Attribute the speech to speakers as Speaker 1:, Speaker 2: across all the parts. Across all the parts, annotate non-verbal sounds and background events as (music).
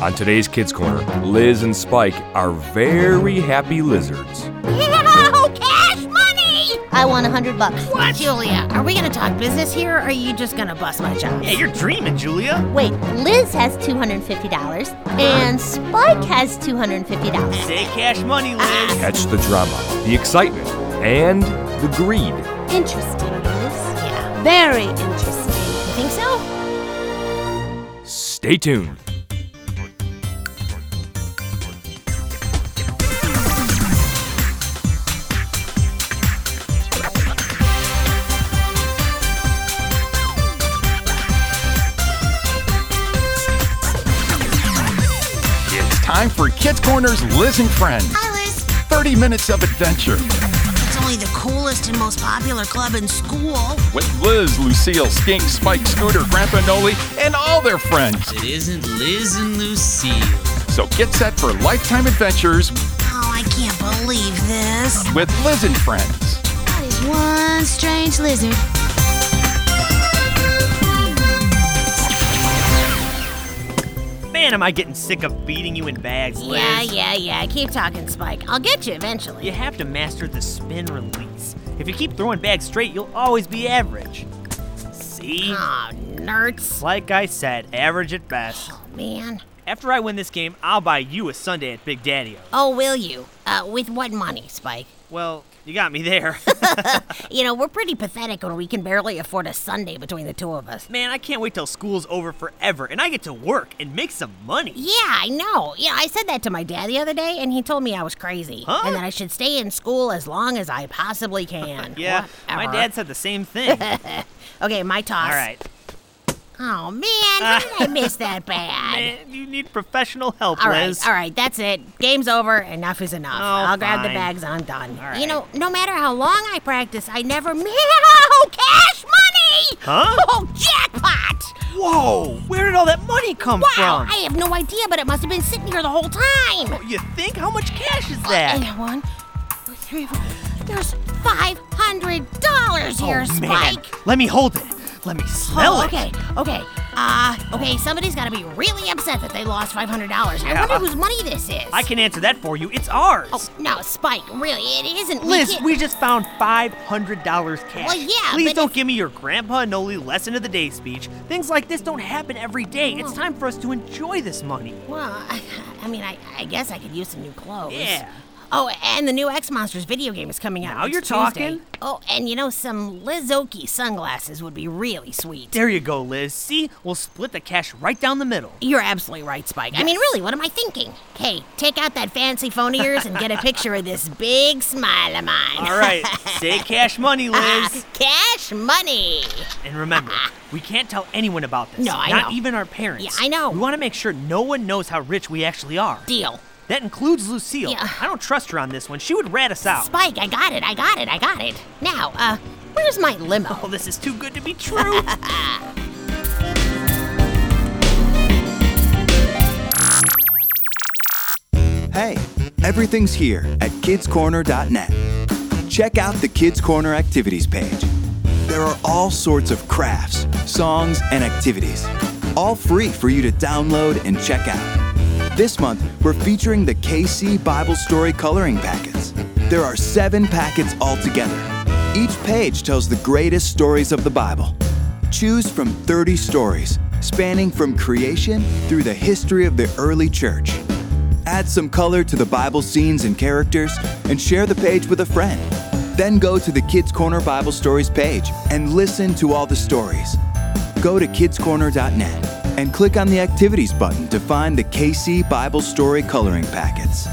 Speaker 1: On today's Kids Corner, Liz and Spike are very happy lizards.
Speaker 2: Ew, cash money!
Speaker 3: I want a hundred bucks.
Speaker 4: What?
Speaker 2: Julia, are we gonna talk business here, or are you just gonna bust my chops?
Speaker 4: Yeah, you're dreaming, Julia.
Speaker 3: Wait, Liz has two hundred fifty dollars, and Spike has two hundred fifty dollars.
Speaker 4: Say cash money,
Speaker 2: Ah.
Speaker 4: Liz.
Speaker 1: Catch the drama, the excitement, and the greed.
Speaker 5: Interesting, Liz.
Speaker 2: Yeah.
Speaker 5: Very interesting.
Speaker 2: You think so?
Speaker 1: Stay tuned.
Speaker 6: It's time for Kids Corner's Liz and Friends.
Speaker 2: Hi, Liz.
Speaker 6: 30 minutes of adventure
Speaker 2: It's only the coolest and most popular club in school.
Speaker 6: with Liz, Lucille, Skink, Spike, Scooter, Grandpa Noli, and all their friends.
Speaker 7: It isn't Liz and Lucille.
Speaker 6: So get set for lifetime adventures
Speaker 2: Oh, I can't believe this.
Speaker 6: with Liz and Friends.
Speaker 5: That is one strange lizard.
Speaker 4: Man, am I getting sick of beating you in bags, Liz.
Speaker 2: Yeah, yeah, yeah. Keep talking, Spike. I'll get you eventually.
Speaker 4: You have to master the spin release. If you keep throwing bags straight, you'll always be average. See?
Speaker 2: Aw, nerds.
Speaker 4: Like I said, average at best.
Speaker 2: Oh, man.
Speaker 4: After I win this game, I'll buy you a Sunday at Big Daddy.
Speaker 2: Oh, will you? Uh, with what money, Spike?
Speaker 4: Well, you got
Speaker 2: (laughs)
Speaker 4: me there.
Speaker 2: You know, we're pretty pathetic when we can barely afford a Sunday between the two of us.
Speaker 4: Man, I can't wait till school's over forever and I get to work and make some money.
Speaker 2: Yeah, I know. Yeah, I said that to my dad the other day, and he told me I was crazy.
Speaker 4: Huh?
Speaker 2: And that I should stay in school as long as I possibly can.
Speaker 4: (laughs) Yeah, my
Speaker 2: Whatever.
Speaker 4: dad said the
Speaker 2: (laughs)
Speaker 4: same thing. All
Speaker 2: Okay, my toss.
Speaker 4: right.
Speaker 2: Oh, man, how did I miss that bad?
Speaker 4: (laughs) Man, Eh, you need professional help,
Speaker 2: All right,
Speaker 4: Liz.
Speaker 2: all right, that's it. Game's over. Enough is enough.
Speaker 4: Oh,
Speaker 2: I'll grab the
Speaker 4: fine.
Speaker 2: bags. I'm done. You
Speaker 4: All right.
Speaker 2: know, no matter how long I practice, I never (laughs) meow cash money.
Speaker 4: Huh?
Speaker 2: Oh, jackpot!
Speaker 4: Whoa! Where did all that money come
Speaker 2: Wow,
Speaker 4: from?
Speaker 2: I have no idea, but it must have been sitting here the whole time.
Speaker 4: You think? How much cash is
Speaker 2: I
Speaker 4: that?
Speaker 2: got one, two, three, four. There's five hundred dollars here,
Speaker 4: oh, man.
Speaker 2: Spike.
Speaker 4: Let me hold it. Let me smell
Speaker 2: oh,
Speaker 4: it.
Speaker 2: okay, okay. Uh, okay, somebody's gotta be really upset that they lost $500. I wonder whose money this is.
Speaker 4: I can answer that for you. It's ours.
Speaker 2: Oh, no, Spike, really, it isn't. We
Speaker 4: Liz,
Speaker 2: can't-
Speaker 4: we just found $500 cash.
Speaker 2: Well, yeah,
Speaker 4: Please
Speaker 2: but
Speaker 4: don't
Speaker 2: if-
Speaker 4: give me your Grandpa Noli lesson of the day speech. Things like this don't happen every day. It's time for us to enjoy this money.
Speaker 2: Well, I, I mean, I, I guess I could use some new clothes.
Speaker 4: Yeah.
Speaker 2: Oh, and the new X Monsters video game is coming out.
Speaker 4: Now
Speaker 2: next
Speaker 4: you're
Speaker 2: Tuesday.
Speaker 4: talking.
Speaker 2: Oh, and you know, some Liz Oki sunglasses would be really sweet.
Speaker 4: There you go, Liz. See? We'll split the cash right down the middle.
Speaker 2: You're absolutely right, Spike. I mean, really, what am I thinking? Hey, take out that fancy phone of yours and get a picture of this big smile of mine. Ah,
Speaker 4: All
Speaker 2: (laughs)
Speaker 4: right. Say cash money, Liz.
Speaker 2: Cash money.
Speaker 4: And remember, we can't tell anyone about this.
Speaker 2: No, I
Speaker 4: Not
Speaker 2: know.
Speaker 4: even our parents.
Speaker 2: Yeah, I know.
Speaker 4: We want to make sure no one knows how rich we actually are.
Speaker 2: Deal.
Speaker 4: that includes Lucille.
Speaker 2: Yeah.
Speaker 4: I don't trust her on this one. She would rat us out.
Speaker 2: Spike, I got it, I got it, I got it. Now, uh, where's my limo?
Speaker 4: oh, this is too good to be
Speaker 2: (laughs)
Speaker 4: true.
Speaker 8: Hey, everything's here at kidscorner.net. Check out the Kids Corner activities page. There are all sorts of crafts, songs, and activities, all free for you to download and check out. This month, we're featuring the KC Bible Story coloring packets. There are seven packets altogether. Each page tells the greatest stories of the Bible. Choose from 30 stories, spanning from creation through the history of the early church. Add some color to the Bible scenes and characters, and share the page with a friend. Then go to the Kids Corner Bible Stories page and listen to all the stories. Go to kidscorner.net and click on the Activities button to find the KC Bible Story coloring packets.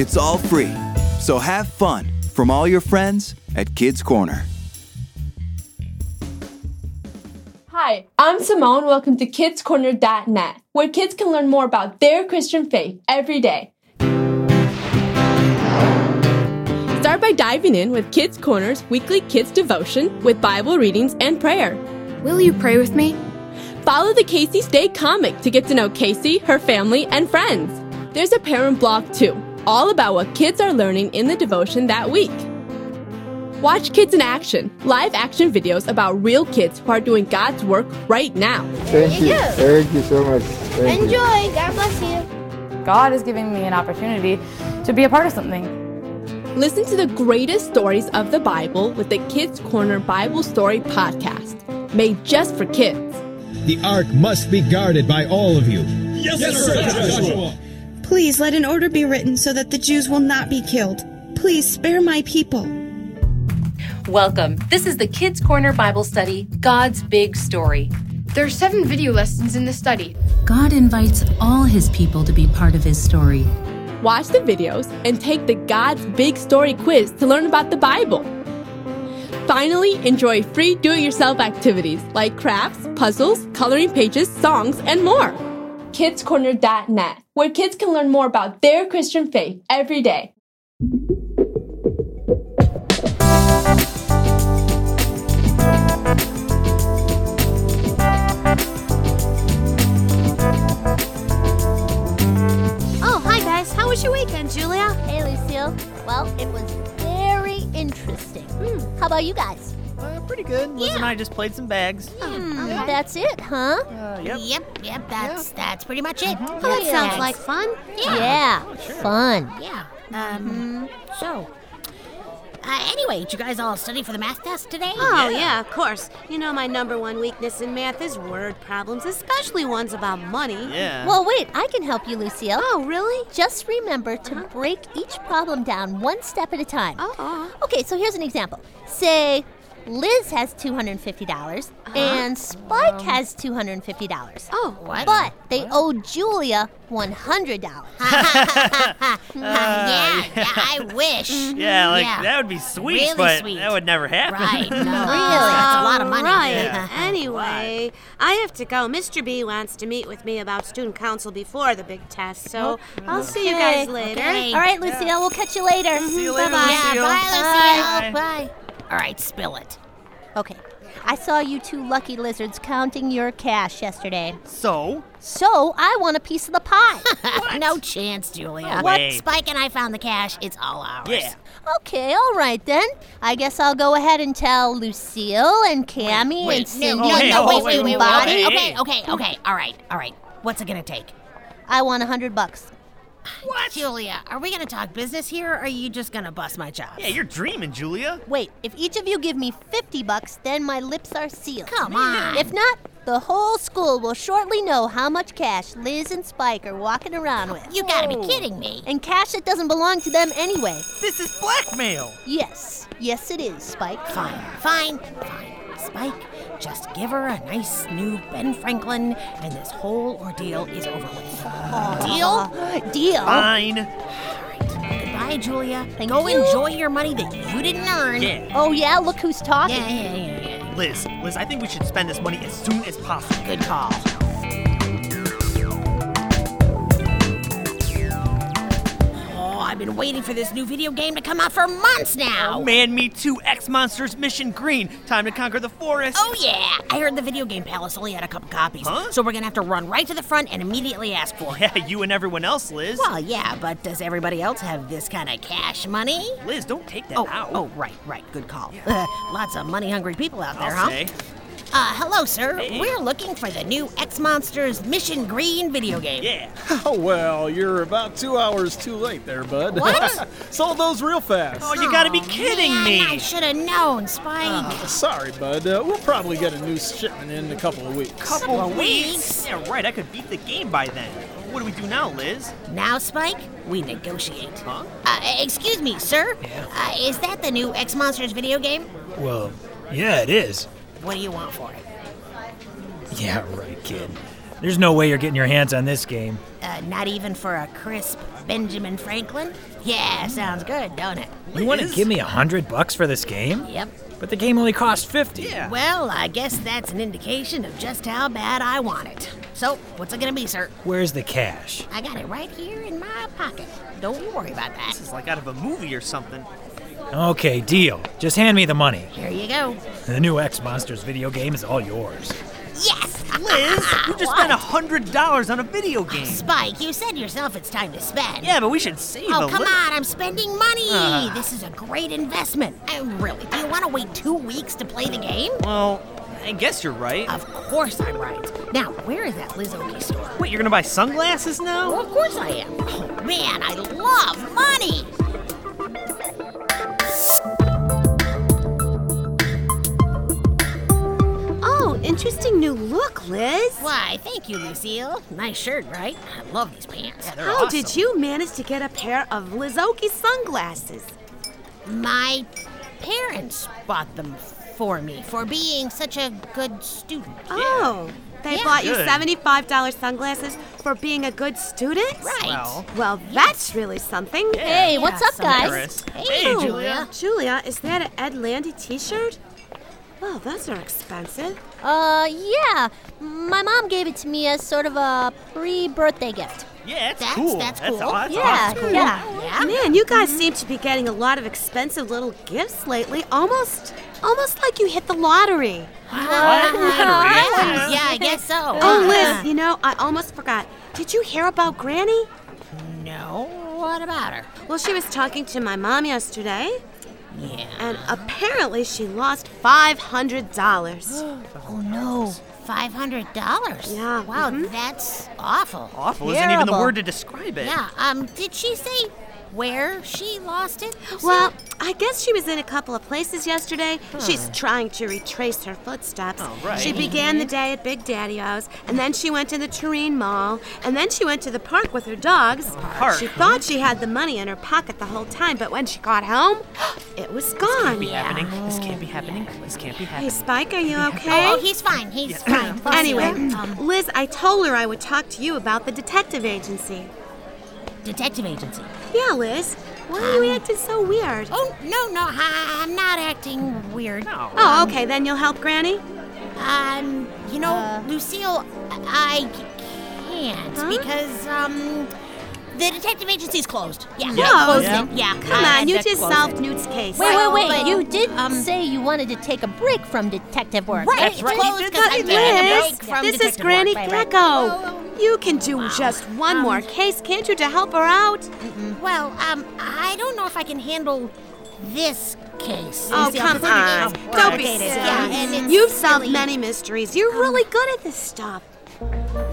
Speaker 8: It's all free, so have fun from all your friends at Kids Corner.
Speaker 9: Hi, I'm Simone. Welcome to KidsCorner.net, where kids can learn more about their Christian faith every day. Start by diving in with Kids Corner's weekly kids devotion with Bible readings and prayer.
Speaker 5: Will you pray with me?
Speaker 9: Follow the Casey Stay comic to get to know Casey, her family, and friends. There's a parent blog too, all about what kids are learning in the devotion that week. Watch Kids in Action, live action videos about real kids who are doing God's work right now.
Speaker 10: Thank you. Thank you so much. Thank you.
Speaker 5: Enjoy. God bless you.
Speaker 11: God is giving me an opportunity to be a part of something.
Speaker 12: Listen to the greatest stories of the Bible with the Kids Corner Bible Story Podcast, made just for kids.
Speaker 6: The ark must be guarded by all of you.
Speaker 13: Yes, sir, Joshua. Please let an order be written so that the Jews will not be killed. Please spare my people.
Speaker 14: Welcome. This is the Kids Corner Bible Study God's Big Story.
Speaker 15: There are seven video lessons in the study.
Speaker 16: God invites all his people to be part of his story.
Speaker 12: Watch the videos and take the God's Big Story quiz to learn about the Bible. Finally, enjoy free do it yourself activities like crafts, puzzles, coloring pages, songs, and more. KidsCorner.net, where kids can learn more about their Christian faith every day.
Speaker 17: Oh, hi guys. How was your weekend, Julia? Hey, Lucille. Well, it was very interesting.
Speaker 2: Hmm.
Speaker 17: How about you guys?
Speaker 4: Uh, pretty good. Liz and I just played some bags.
Speaker 2: Mm-hmm.
Speaker 17: That's it, huh?
Speaker 18: Uh,
Speaker 4: yep.
Speaker 2: Yep, yep, that's that's pretty much it.
Speaker 18: Mm-hmm.
Speaker 17: Oh, that sounds like fun. Yeah,
Speaker 18: Oh,
Speaker 17: fun.
Speaker 2: Yeah. Um,
Speaker 18: Mm-hmm.
Speaker 2: so. Uh, anyway, did you guys all study for the math test today?
Speaker 18: Oh, yeah, of course. You know, my number one weakness in math is word problems, especially ones about money.
Speaker 17: Well, wait, I can help you, Lucille. Oh, really? Uh-huh. Just remember to break each problem down one step at a time. Oh. Okay, so here's an example. Say Liz has $250 dollars and Spike has $250. Uh-huh. Oh,
Speaker 2: what?
Speaker 17: But they owe Julia $100. (laughs)
Speaker 2: (laughs) yeah, yeah, I wish.
Speaker 17: (laughs)
Speaker 4: Yeah, like that would be sweet,
Speaker 2: Really
Speaker 4: but
Speaker 2: sweet.
Speaker 4: that would never happen.
Speaker 18: (laughs)
Speaker 2: Right, no.
Speaker 18: That's
Speaker 2: a lot of
Speaker 17: (laughs)
Speaker 2: money.
Speaker 18: Right. Anyway, I have to go. Mr. B wants to meet with me about student council before the big test, so I'll see you guys
Speaker 17: Oh, Okay.
Speaker 18: later.
Speaker 17: All right, Lucille, we'll catch you later. See
Speaker 18: you later,
Speaker 17: Bye-bye.
Speaker 18: Lucille.
Speaker 17: Bye,
Speaker 18: Bye.
Speaker 17: Lucille. Bye.
Speaker 2: All right, spill it.
Speaker 17: Okay. I saw you two lucky lizards counting your cash yesterday.
Speaker 4: (laughs) So?
Speaker 17: So I want a piece of the pie.
Speaker 2: No chance, Julia.
Speaker 17: No
Speaker 2: Uh, what?
Speaker 17: way.
Speaker 2: Spike and I found the cash. It's all ours.
Speaker 4: Yeah.
Speaker 17: okay, all right then. I guess I'll go ahead and tell Lucille and Cammy
Speaker 2: Wait,
Speaker 17: and
Speaker 2: no,
Speaker 4: Oh,
Speaker 17: Cindy
Speaker 2: no,
Speaker 17: and
Speaker 2: no,
Speaker 17: the whole
Speaker 2: wait, wait, wait,
Speaker 17: student
Speaker 2: wait,
Speaker 17: body.
Speaker 2: wait. Okay, okay, okay. All right, all right. What's it gonna take?
Speaker 17: I want a hundred bucks.
Speaker 2: What? Julia, are we gonna talk business here, or are you just gonna bust my chops?
Speaker 4: Yeah, you're dreaming, Julia.
Speaker 17: Wait, if each of you give me fifty bucks, then my lips are sealed.
Speaker 2: Come on.
Speaker 17: If not, the whole school will shortly know how much cash Liz and Spike are walking around with.
Speaker 2: You gotta be kidding me.
Speaker 17: And cash that doesn't belong to them anyway.
Speaker 4: This is blackmail.
Speaker 17: Yes, yes it is, Spike.
Speaker 2: Fine, fine, fine. Spike, just give her a nice new Ben Franklin, and this whole ordeal is over with. Deal?
Speaker 17: Deal.
Speaker 2: Oh.
Speaker 4: Fine.
Speaker 2: Goodbye, Julia.
Speaker 17: Thank
Speaker 2: Go
Speaker 17: you.
Speaker 2: enjoy your money that you didn't earn.
Speaker 4: Yeah.
Speaker 17: Oh yeah, look who's talking.
Speaker 2: Yeah, yeah, yeah, yeah.
Speaker 4: Liz, Liz, I think we should spend this money as soon as possible.
Speaker 2: Good call. Oh, I've been waiting for this new video game to come out for months now.
Speaker 4: Man, me too. X Monsters Mission Green. Time to conquer the forest.
Speaker 2: Oh yeah! I heard the video game palace only had a couple copies,
Speaker 4: Huh?
Speaker 2: so we're gonna have to run right to the front and immediately ask for it.
Speaker 4: (laughs) Yeah, you and everyone else, Liz.
Speaker 2: Well, yeah, but does everybody else have this kind of cash money?
Speaker 4: Liz, don't take that
Speaker 2: Oh,
Speaker 4: out.
Speaker 2: oh, right, right. Good call. (laughs) Lots of money-hungry people out there,
Speaker 4: I'll
Speaker 2: huh?
Speaker 4: say.
Speaker 2: Uh, hello, sir. We're looking for the new X Monsters Mission Green video game.
Speaker 4: Yeah.
Speaker 6: Oh, well, you're about two hours too late there, bud. (laughs)
Speaker 2: What?
Speaker 6: Sold those real fast.
Speaker 4: Oh, you
Speaker 2: (laughs)
Speaker 4: gotta be kidding
Speaker 2: Man,
Speaker 4: me.
Speaker 2: I should have known, Spike.
Speaker 6: Sorry, bud. Uh, we'll probably get a new shipment in a couple of weeks.
Speaker 4: couple
Speaker 2: Couple
Speaker 4: weeks. Yeah, right. I could beat the game by then. What do we do now, Liz?
Speaker 2: Now, Spike, we negotiate.
Speaker 4: Huh?
Speaker 2: Uh, excuse me, sir. Uh, is that the new X Monsters video game?
Speaker 19: Well, yeah, it is.
Speaker 2: What do you want for it?
Speaker 19: Yeah, right, kid. There's no way you're getting your hands on this game.
Speaker 2: Uh, not even for a crisp Benjamin Franklin? Yeah, sounds good, don't it?
Speaker 19: You want to
Speaker 4: Liz?
Speaker 19: give me a hundred bucks for this game?
Speaker 2: Yep.
Speaker 19: But the game only cost fifty.
Speaker 4: Yeah.
Speaker 2: Well, I guess that's an indication of just how bad I want it. So, what's it gonna be, sir?
Speaker 19: Where's the cash?
Speaker 2: I got it right here in my pocket. Don't you worry about that.
Speaker 4: This is like out of a movie or something.
Speaker 19: Okay, deal. Just hand me the money.
Speaker 2: Here you go.
Speaker 19: The new X Monsters video game is all yours.
Speaker 2: Yes!
Speaker 4: (laughs) Liz, you just spent a hundred dollars on a
Speaker 2: Oh,
Speaker 4: video game.
Speaker 2: Spike, you said yourself it's time to spend.
Speaker 4: Yeah, but we should save
Speaker 2: Oh,
Speaker 4: a
Speaker 2: come
Speaker 4: little.
Speaker 2: on, I'm spending money.
Speaker 4: Ah.
Speaker 2: Uh, This is a great investment. I really, do you want to wait two weeks to play the game?
Speaker 4: Well, I guess you're right.
Speaker 2: Of course I'm right. Now, where is that Liz Okie store?
Speaker 4: Wait, you're gonna buy sunglasses now?
Speaker 2: Well, of course I am. Oh man, I love money.
Speaker 12: Oh, interesting new look, Liz.
Speaker 2: Why, thank you, Lucille. Nice shirt, right? I love these pants.
Speaker 12: How did you manage to get a pair of Liz Okie sunglasses?
Speaker 2: My parents bought them for me for being such a good student.
Speaker 12: Oh, they
Speaker 2: Yeah.
Speaker 12: bought you
Speaker 2: Good.
Speaker 12: $75 sunglasses for being a good student?
Speaker 2: Right. Well.
Speaker 12: Well, that's really something.
Speaker 20: Hey, what's up, guys?
Speaker 12: Hey, Julia. Julia, is that an Ed Landy t shirt? Well, those are expensive.
Speaker 20: Uh, yeah. My mom gave it to me as sort of a pre-birthday gift.
Speaker 4: Yeah,
Speaker 20: that's
Speaker 12: cool.
Speaker 20: That's,
Speaker 12: That's
Speaker 20: cool.
Speaker 12: aw- that's
Speaker 20: yeah,
Speaker 12: awesome.
Speaker 20: yeah,
Speaker 12: Man, you guys seem to be getting a lot of expensive little gifts lately. Almost, almost like you hit the lottery.
Speaker 2: Wow. Yeah, I guess so.
Speaker 12: Oh, Liz, you know, I almost forgot. Did you hear about Granny?
Speaker 2: Oh, No. What about her?
Speaker 12: Well, she was talking to my mom yesterday.
Speaker 2: Yeah.
Speaker 12: And apparently she lost $500.
Speaker 2: oh, no. $500?
Speaker 12: Yeah.
Speaker 2: Wow,
Speaker 20: mm-hmm.
Speaker 2: that's awful.
Speaker 4: Awful isn't even the
Speaker 2: Terrible.
Speaker 4: word to describe it.
Speaker 2: Yeah, um, did she say where she lost it?
Speaker 12: Well, I guess she was in a couple of places yesterday. She's trying to retrace her footsteps.
Speaker 2: right.
Speaker 12: She began the day at Big Daddy O's, and then she went to the Turin Mall, and then she went to the park with her dogs.
Speaker 4: Park.
Speaker 12: She thought she had the money in her pocket the whole time, but when she got home, (gasps) it was
Speaker 4: This can't
Speaker 12: gone.
Speaker 4: be happening. This can't be happening. This can't be
Speaker 12: Hey,
Speaker 4: happening.
Speaker 12: Spike, are you okay?
Speaker 20: eh?
Speaker 2: Oh, oh, he's fine. He's fine.
Speaker 12: Anyway,
Speaker 2: Um,
Speaker 12: Liz, I told her I would talk to you about the detective agency.
Speaker 2: detective agency.
Speaker 12: Yeah, Liz. Why are you acting so weird?
Speaker 2: Um, Oh, no, no, I, I'm not acting weird. No.
Speaker 12: Oh, okay, then you'll help Granny?
Speaker 2: Um, you know,
Speaker 12: Uh.
Speaker 2: Lucille, I I can't because, um, the detective agency's closed. Yeah,
Speaker 12: No.
Speaker 2: I closed
Speaker 12: Yeah.
Speaker 2: it. yeah.
Speaker 12: Come
Speaker 2: I-
Speaker 12: on, you
Speaker 2: I
Speaker 12: just
Speaker 2: closed
Speaker 12: solved
Speaker 2: it.
Speaker 12: Newt's case.
Speaker 20: Wait, wait, wait.
Speaker 2: Well, um,
Speaker 20: you did say you wanted to take a break from detective work.
Speaker 2: Right,
Speaker 20: That's
Speaker 2: it's
Speaker 20: right.
Speaker 2: closed
Speaker 20: You did
Speaker 2: 'cause
Speaker 20: that.
Speaker 2: I
Speaker 20: You
Speaker 2: took a
Speaker 20: did.
Speaker 2: break from
Speaker 12: This is
Speaker 2: detective
Speaker 12: Granny
Speaker 2: work. Right, right. Um,
Speaker 12: Greco. You can do just one more case, can't you, to help her out?
Speaker 2: Well, um, I don't know if I can handle this case.
Speaker 12: Oh,
Speaker 2: Lucille,
Speaker 12: come
Speaker 2: because it
Speaker 12: on.
Speaker 2: is
Speaker 12: Don't be
Speaker 2: complicated.
Speaker 12: silly.
Speaker 2: Yeah, and it's
Speaker 12: You've solved
Speaker 2: really- Um,
Speaker 12: many mysteries. You're really good at this stuff.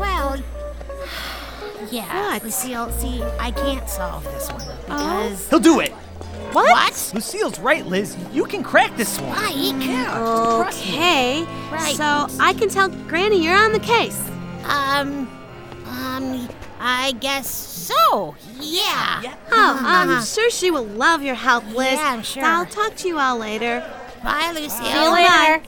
Speaker 2: Well, (sighs) yeah, Lucille. See, I can't solve this one
Speaker 12: Oh,
Speaker 2: because
Speaker 4: He'll do it.
Speaker 2: what?
Speaker 4: Lucille's right, Liz. You can crack this one.
Speaker 2: I can't.
Speaker 12: Okay.
Speaker 2: Right.
Speaker 12: So I can tell Granny you're on the case.
Speaker 2: Um, um, I guess so. Yeah. Uh-huh.
Speaker 12: Oh, I'm sure she will love your help, Liz.
Speaker 2: Yeah, I'm sure.
Speaker 12: I'll talk to you all later.
Speaker 2: Bye, Lucille.
Speaker 12: See you later.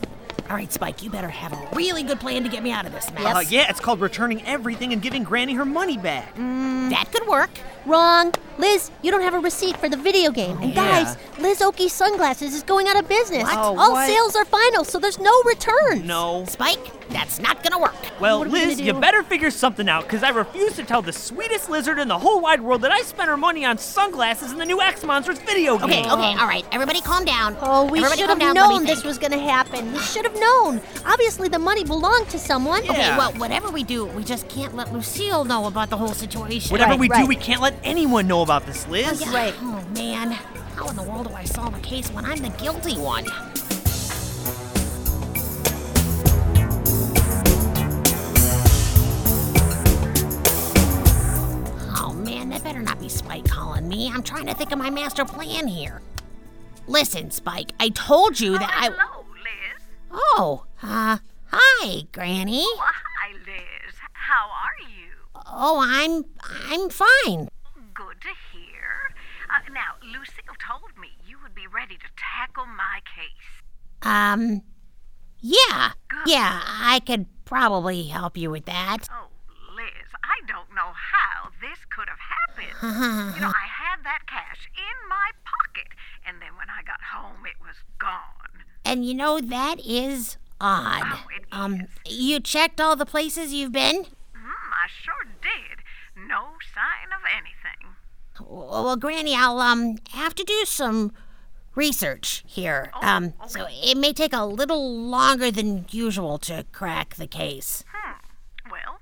Speaker 2: All right, Spike. You better have a really good plan to get me out of this mess.
Speaker 4: Uh, yeah, it's called returning everything and giving Granny her money back.
Speaker 12: Mm.
Speaker 2: That could work.
Speaker 20: Wrong. Liz, you don't have a receipt for the video game.
Speaker 2: Oh,
Speaker 20: And guys, Liz Okie Sunglasses is going out of business.
Speaker 4: Oh,
Speaker 20: All
Speaker 4: what?
Speaker 20: sales are final, so there's no returns.
Speaker 4: No.
Speaker 2: Spike, that's not gonna work.
Speaker 4: Well,
Speaker 20: What are we
Speaker 4: Liz,
Speaker 20: gonna
Speaker 4: you
Speaker 20: do?
Speaker 4: better figure something out, because I refuse to tell the sweetest lizard in the whole wide world that I spent her money on sunglasses in the new X Monsters video game.
Speaker 2: Okay, okay, all right. Everybody, calm down.
Speaker 20: Oh, we
Speaker 2: Everybody
Speaker 20: should
Speaker 2: calm
Speaker 20: have
Speaker 2: down, let me
Speaker 20: known this
Speaker 2: think.
Speaker 20: was going to happen. We should have known. Obviously, the money belonged to someone.
Speaker 2: Okay, well, whatever we do, we just can't let Lucille know about the whole situation.
Speaker 4: Whatever we do,
Speaker 20: right.
Speaker 4: we can't let anyone know about this,
Speaker 2: Oh,
Speaker 4: Liz.
Speaker 2: yeah. Oh, man. How in the world do I solve a case when I'm the guilty one? Oh, man, that better not be Spike calling me. I'm trying to think of my master plan here. Listen, Spike, I told you that Oh, I.
Speaker 21: Hello, Liz.
Speaker 2: Oh, uh, hi, Granny.
Speaker 21: Well, hi, Liz. How are you?
Speaker 2: Oh, I'm. I'm fine.
Speaker 21: Good to hear. Uh, now, Lucille told me you would be ready to tackle my case.
Speaker 2: Um, yeah, yeah, I could probably help you with that.
Speaker 21: Oh, Liz, I don't know how this could have happened. you know, I had that cash in my pocket, and then when I got home, it was gone.
Speaker 2: And you know, that is odd. Um, you checked all the places you've been?
Speaker 21: Hmm, I sure did. No sign of anything.
Speaker 2: Well, well, Granny, I'll, um, have to do some research here. Um, so it may take a little longer than usual to crack the case.
Speaker 21: Hmm. Well,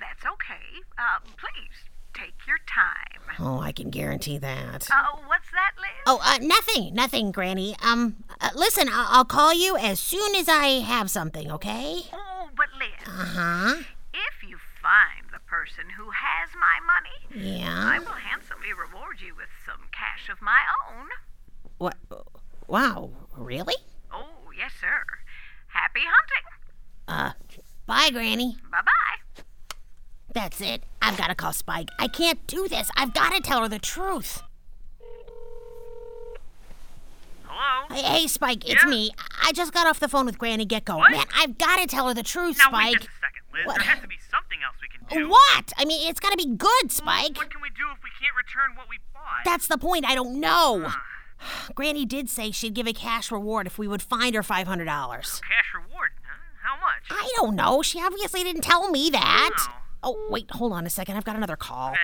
Speaker 21: that's okay. Uh, please take your time.
Speaker 2: Oh, I can guarantee that.
Speaker 12: Uh,
Speaker 21: Oh, what's that, Liz?
Speaker 2: Oh, uh, nothing, nothing, Granny. Um, Uh, listen, I- I'll call you as soon as I have something, okay?
Speaker 22: Oh, but Liz,
Speaker 2: Uh huh.
Speaker 22: if you find the person who has my money,
Speaker 2: Yeah.
Speaker 22: I will handsomely reward you with some cash of my own.
Speaker 2: What? Wow, really?
Speaker 22: Oh, yes, sir. Happy hunting.
Speaker 2: Uh, bye, Granny.
Speaker 22: Bye bye.
Speaker 2: That's it. I've got to call Spike. I can't do this. I've got to tell her the truth.
Speaker 22: Hello?
Speaker 2: Hey, hey, Spike, it's
Speaker 22: Yeah?
Speaker 2: me. I- I just got off the phone with Granny Gecko.
Speaker 22: What?
Speaker 2: Man, I've got to tell her the truth,
Speaker 22: Now,
Speaker 2: Spike.
Speaker 22: wait just a second, Liz.
Speaker 2: What?
Speaker 22: There has to be something else we
Speaker 4: Oh.
Speaker 22: can do.
Speaker 2: What? I mean, it's got to be good, Spike.
Speaker 22: What can we do if we can't return what we bought?
Speaker 2: That's the point. I don't know.
Speaker 22: (sighs)
Speaker 2: (sighs) Granny did say she'd give a cash reward if we would find her $500.
Speaker 22: Cash reward, huh? How much?
Speaker 2: I don't know. She obviously didn't tell me that. Oh, wait, hold on a second. I've got another call.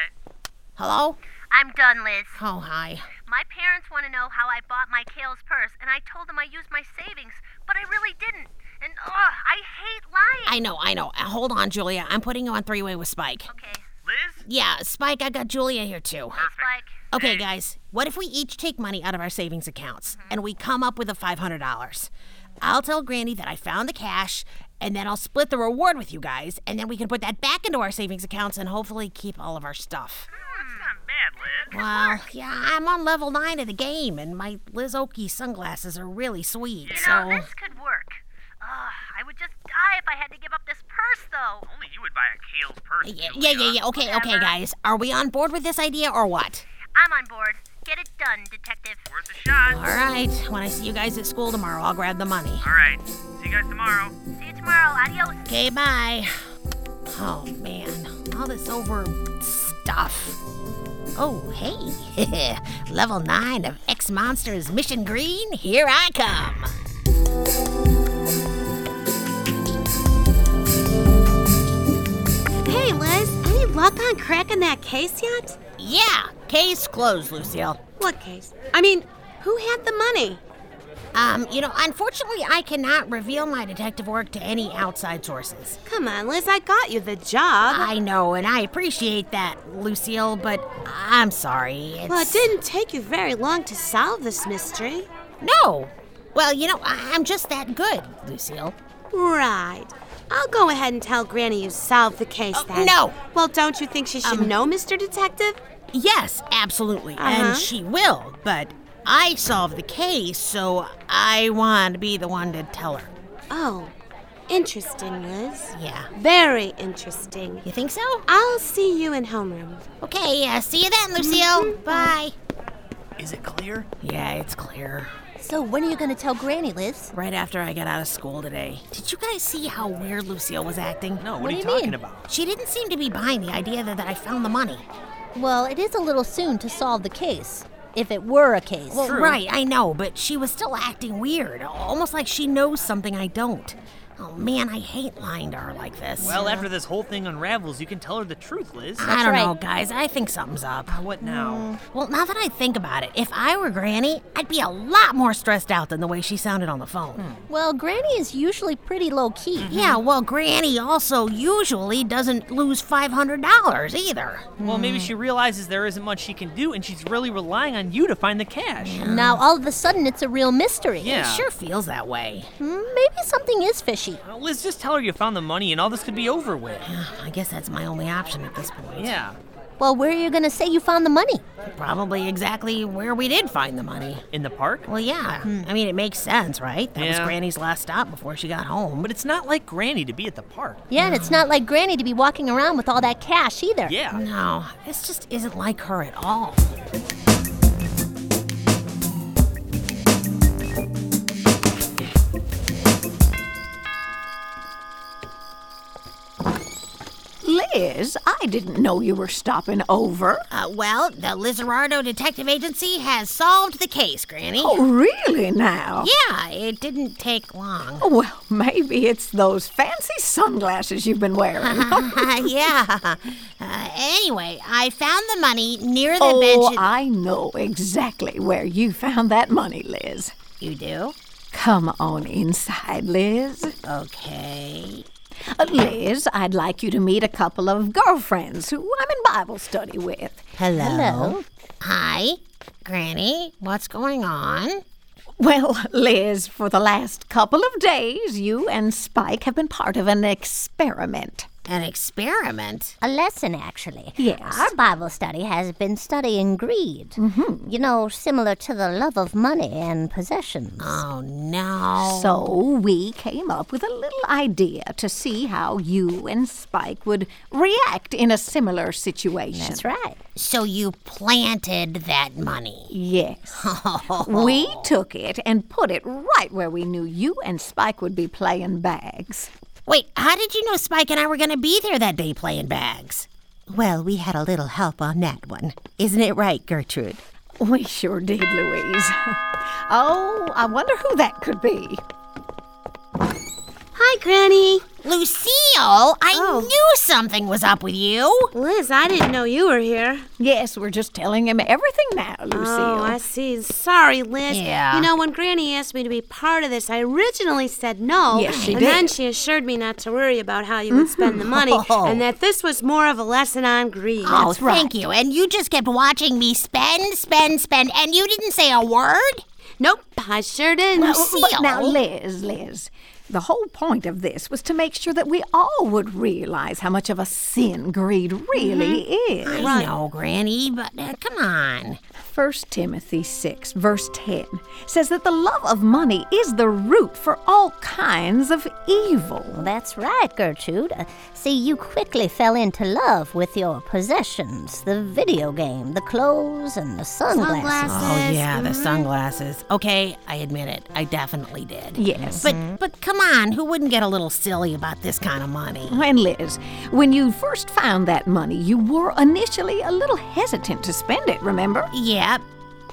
Speaker 2: Hello?
Speaker 23: Uh, I'm done, Liz.
Speaker 2: Oh, hi.
Speaker 23: My parents want to know how I bought my Kale's purse, and I told them I used my savings, but I really didn't. And ugh, I hate lying.
Speaker 2: I know, I know. Uh, Hold on, Julia. I'm putting you on three way with Spike.
Speaker 23: Okay.
Speaker 22: Oh,
Speaker 23: Uh,
Speaker 22: Liz?
Speaker 2: Yeah, Spike, I got Julia here too.
Speaker 23: Spike.
Speaker 24: Oh.
Speaker 2: Okay, guys, what if we each take money out of our savings accounts
Speaker 23: Mm-hmm.
Speaker 2: and we come up with a $500? I'll tell Granny that I found the cash, and then I'll split the reward with you guys, and then we can put that back into our savings accounts and hopefully keep all of our stuff.
Speaker 23: hmm.
Speaker 22: That's not bad, Liz.
Speaker 2: Well, yeah, I'm on level 9 of the game, and my Liz Oakey sunglasses are really sweet,
Speaker 23: You know,
Speaker 2: so.
Speaker 23: this could work. Ugh, I would just die if I had to give up this purse, though.
Speaker 22: Only you would buy a Kale's purse.
Speaker 2: Yeah, yeah, yeah, yeah. Okay, okay, guys. Are we on board with this idea or what?
Speaker 23: I'm on board. Get it done, detective.
Speaker 22: Worth a shot.
Speaker 2: All right. When I see you guys at school tomorrow, I'll grab the money.
Speaker 22: All right. See you guys tomorrow.
Speaker 23: See you tomorrow. Adios.
Speaker 2: Okay, bye. Oh, man. All this over stuff. Oh, hey. (laughs) Level 9 of X Monsters Mission Green, here I come.
Speaker 24: Hey, Liz, any luck on cracking that case yet?
Speaker 2: Yeah, case closed, Lucille.
Speaker 24: What case? I mean, who had the money?
Speaker 2: Um, you know, unfortunately, I cannot reveal my detective work to any outside sources.
Speaker 24: Come on, Liz, I got you the job.
Speaker 3: Ah,
Speaker 2: I know, and I appreciate that, Lucille, but I'm sorry. It's...
Speaker 24: Well, it didn't take you very long to solve this mystery.
Speaker 2: No. Well, you know, I- I'm just that good, Lucille.
Speaker 24: Right. I'll go ahead and tell Granny you solved the case
Speaker 3: Uh,
Speaker 24: then.
Speaker 2: no.
Speaker 24: Well, don't you think she
Speaker 3: Um.
Speaker 24: should know, Mr. Detective?
Speaker 2: Yes, absolutely.
Speaker 24: Uh-huh.
Speaker 2: And she will, but I solved the case, so I want to be the one to tell her.
Speaker 24: Oh, interesting, Liz.
Speaker 2: Yeah.
Speaker 24: Very interesting.
Speaker 2: You think so?
Speaker 4: Uh,
Speaker 24: I'll see you in homeroom.
Speaker 2: Okay, uh, see you then, Lucille.
Speaker 4: Mm-hmm.
Speaker 2: Bye.
Speaker 4: Is it clear?
Speaker 2: Yeah, it's clear.
Speaker 3: So when are you going to tell Granny, Liz?
Speaker 2: Right after I got out of school today. Did you guys see how weird Lucille was acting? No,
Speaker 4: what What are you do you talking mean? about?
Speaker 2: She didn't seem to be buying the idea that, that I found the money.
Speaker 3: Well, it is a little soon to solve the case, if it were a case.
Speaker 2: Well, right, I know, but she was still acting weird, almost like she knows something I don't. Oh man, I hate lying to her like this.
Speaker 4: Well, after this whole thing unravels, you can tell her the truth, Liz.
Speaker 2: I don't know, guys. I think something's up.
Speaker 4: Uh, What
Speaker 3: Mm.
Speaker 4: now?
Speaker 2: Well, now that I think about it, if I were Granny, I'd be a lot more stressed out than the way she sounded on the phone.
Speaker 4: Hmm.
Speaker 3: Well, Granny is usually pretty low key.
Speaker 2: Yeah, well, Granny also usually doesn't lose $500 either.
Speaker 4: Well, maybe she realizes there isn't much she can do, and she's really relying on you to find the cash.
Speaker 3: Now all of a sudden it's a real mystery.
Speaker 4: Yeah.
Speaker 2: It sure feels that way.
Speaker 3: Hmm, Maybe something is fishy.
Speaker 4: Uh, Liz, just tell her you found the money, and all this could be over with.
Speaker 2: I guess that's my only option at this point.
Speaker 4: Yeah.
Speaker 3: Well, where are you going to say you found the money?
Speaker 2: Probably exactly where we did find the money.
Speaker 4: In the park?
Speaker 2: Well, yeah.
Speaker 3: Hmm.
Speaker 2: I mean, it makes sense, right? That was
Speaker 4: Yeah.
Speaker 2: Granny's last stop before she got home.
Speaker 4: But it's not like Granny to be at the park.
Speaker 3: Yeah, and it's not like Granny to be walking around with all that cash either.
Speaker 4: Yeah.
Speaker 2: No, this just isn't like her at all.
Speaker 12: Liz, I didn't know you were stopping over.
Speaker 2: Uh, well, the Lizarardo Detective Agency has solved the case, Granny.
Speaker 12: Oh, really now?
Speaker 2: Yeah, it didn't take long.
Speaker 12: Oh, Well, maybe it's those fancy sunglasses you've been (laughs) wearing.
Speaker 2: (laughs) yeah. Uh, anyway, I found the money near the
Speaker 12: oh,
Speaker 2: bench. at-
Speaker 12: I know exactly where you found that money, Liz.
Speaker 2: You do?
Speaker 12: Come on inside, Liz.
Speaker 2: Okay.
Speaker 12: Uh, Liz, I'd like you to meet a couple of girlfriends who I'm in Bible study with.
Speaker 2: Hello. Hi, Granny. What's going on?
Speaker 12: Well, Liz, for the last couple of days, you and Spike have been part of an experiment.
Speaker 2: An experiment?
Speaker 3: A lesson, actually.
Speaker 12: Yes.
Speaker 3: Our Bible study has been studying greed. Mm-hmm. You know, similar to the love of money and possessions.
Speaker 2: Oh, no.
Speaker 12: So we came up with a little idea to see how you and Spike would react in a similar situation.
Speaker 3: That's right.
Speaker 2: So you planted that money.
Speaker 24: (laughs)
Speaker 12: Yes. We took it and put it right where we knew you and Spike would be playing bags.
Speaker 2: Wait, how did you know Spike and I were going to be there that day playing bags?
Speaker 25: Well, we had a little help on that one. Isn't it right, Gertrude?
Speaker 12: We sure did, Louise. oh, I wonder who that could be.
Speaker 24: Hi, Granny. Oh.
Speaker 2: Lucille, I knew something was up with you.
Speaker 24: Liz, I didn't know you were here.
Speaker 12: Yes, we're just telling him everything now, Lucille.
Speaker 24: Oh, I see. Sorry, Liz.
Speaker 12: Yeah.
Speaker 24: You know, when Granny asked me to be part of this, I originally said no.
Speaker 12: Yes, she
Speaker 24: and
Speaker 12: did.
Speaker 24: then she assured me not to worry about how you would spend the
Speaker 12: (laughs)
Speaker 24: money
Speaker 2: Oh.
Speaker 24: and that this was more of a lesson on greed.
Speaker 2: Oh, thank you. And you just kept watching me spend, spend, spend, and you didn't say a word?
Speaker 24: Nope, I sure didn't.
Speaker 12: Well, but now, Liz, Liz, the whole point of this was to make sure that we all would realize how much of a sin greed really
Speaker 24: Mm-hmm.
Speaker 12: is.
Speaker 2: I know, Granny, but uh, come on.
Speaker 12: 1 Timothy 6, verse 10 says that the love of money is the root for all kinds of evil.
Speaker 3: That's right, Gertrude. Uh, see, you quickly fell into love with your possessions the video game, the clothes, and the sunglasses.
Speaker 2: Oh yeah,
Speaker 12: mm-hmm.
Speaker 2: the sunglasses. Okay, I admit it. I definitely did.
Speaker 12: Yes.
Speaker 2: But but come on, who wouldn't get a little silly about this kind of money?
Speaker 12: And Liz, when you first found that money, you were initially a little hesitant to spend it, remember?
Speaker 2: Yeah.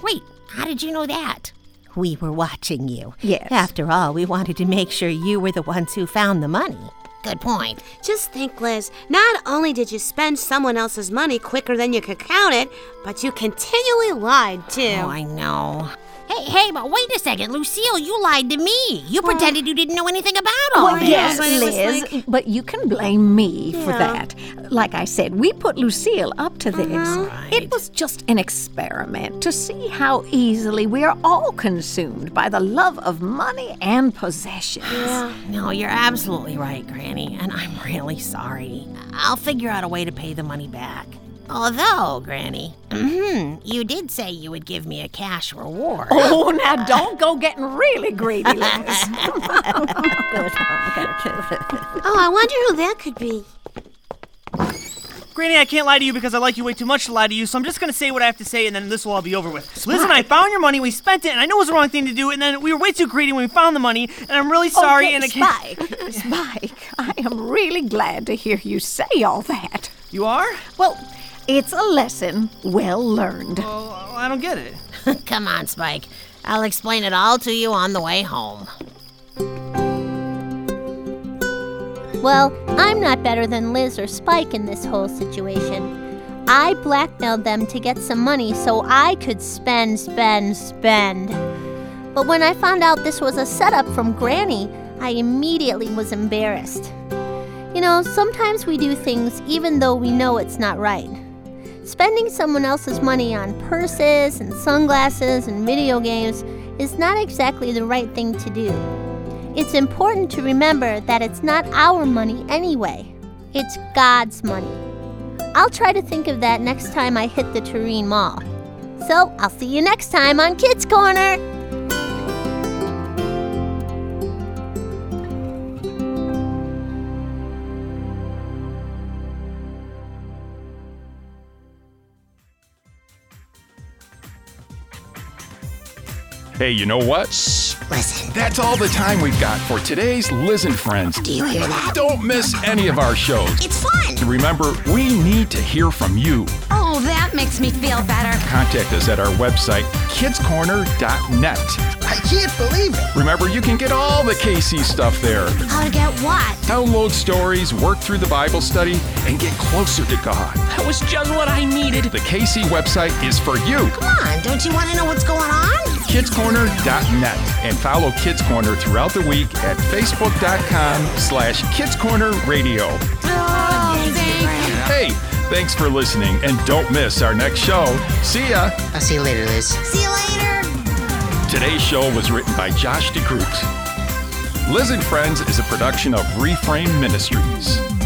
Speaker 2: Wait, how did you know that?
Speaker 25: We were watching you.
Speaker 12: Yes.
Speaker 25: After all, we wanted to make sure you were the ones who found the money.
Speaker 2: Good point.
Speaker 24: Just think, Liz. Not only did you spend someone else's money quicker than you could count it, but you continually lied, too.
Speaker 2: Oh, I know. Hey, hey, but wait a second, Lucille, you lied to me. You pretended you didn't know anything about all
Speaker 12: Well,
Speaker 2: this.
Speaker 12: yes,
Speaker 24: but it was
Speaker 12: Liz,
Speaker 24: like-
Speaker 12: but you can blame me for
Speaker 24: Yeah. Uh-huh.
Speaker 12: that. Like I said, we put Lucille up to this. It was just an experiment to see how easily we are all consumed by the love of money and possessions.
Speaker 2: No, you're absolutely right, Granny, and I'm really sorry. I'll figure out a way to pay the money back. Although, Granny, mhm, you did say you would give me a cash reward.
Speaker 12: Oh, now don't go getting really greedy, Liz.
Speaker 3: Good one, Gertrude.
Speaker 24: Oh, I wonder who that could be.
Speaker 4: Granny, I can't lie to you because I like you way too much to lie to you, so I'm just gonna say what I have to say and then this will all be over with. Liz and I found your money, we spent it, and I know it was the wrong thing to do, and then we were way too greedy when we found the money, and I'm really sorry
Speaker 12: okay,
Speaker 4: and I
Speaker 2: (laughs)
Speaker 4: can't.
Speaker 12: Spike, Spike, I am really glad to hear you say all that.
Speaker 4: You are?
Speaker 12: Well, it's a lesson well learned.
Speaker 4: Oh, I don't get it.
Speaker 2: Come on, Spike. I'll explain it all to you on the way home.
Speaker 3: Well, I'm not better than Liz or Spike in this whole situation. I blackmailed them to get some money so I could spend, spend, spend. But when I found out this was a setup from Granny, I immediately was embarrassed. You know, sometimes we do things even though we know it's not right. Spending someone else's money on purses and sunglasses and video games is not exactly the right thing to do. It's important to remember that it's not our money anyway, it's God's money. I'll try to think of that next time I hit the Turin Mall. So I'll see you next time on Kids Corner!
Speaker 6: Hey, you know what?
Speaker 8: Listen.
Speaker 6: That's all the time we've got for today's Liz and Friends. Do
Speaker 8: you hear that?
Speaker 6: Don't miss any of our shows.
Speaker 16: It's fun!
Speaker 6: Remember, we need to hear from you.
Speaker 16: Oh, that makes me feel better.
Speaker 6: Contact us at our website, kidscorner.net.
Speaker 16: I can't believe it.
Speaker 6: Remember, you can get all the KC stuff there.
Speaker 16: How to get what?
Speaker 6: Download stories, work through the Bible study, and get closer to God.
Speaker 4: That was just what I needed.
Speaker 6: The KC website is for you.
Speaker 2: Come on, don't you want to know what's going on?
Speaker 6: kidscorner.net and follow Kids Corner throughout the week at facebook.com slash kidscornerradio. Radio.
Speaker 2: Oh,
Speaker 6: Hey, thanks for listening and don't miss our next show. See ya.
Speaker 26: I'll see you later, Liz.
Speaker 16: See you later.
Speaker 6: Today's show was written by Josh DeCruz. Liz and Friends is a production of Reframe Ministries.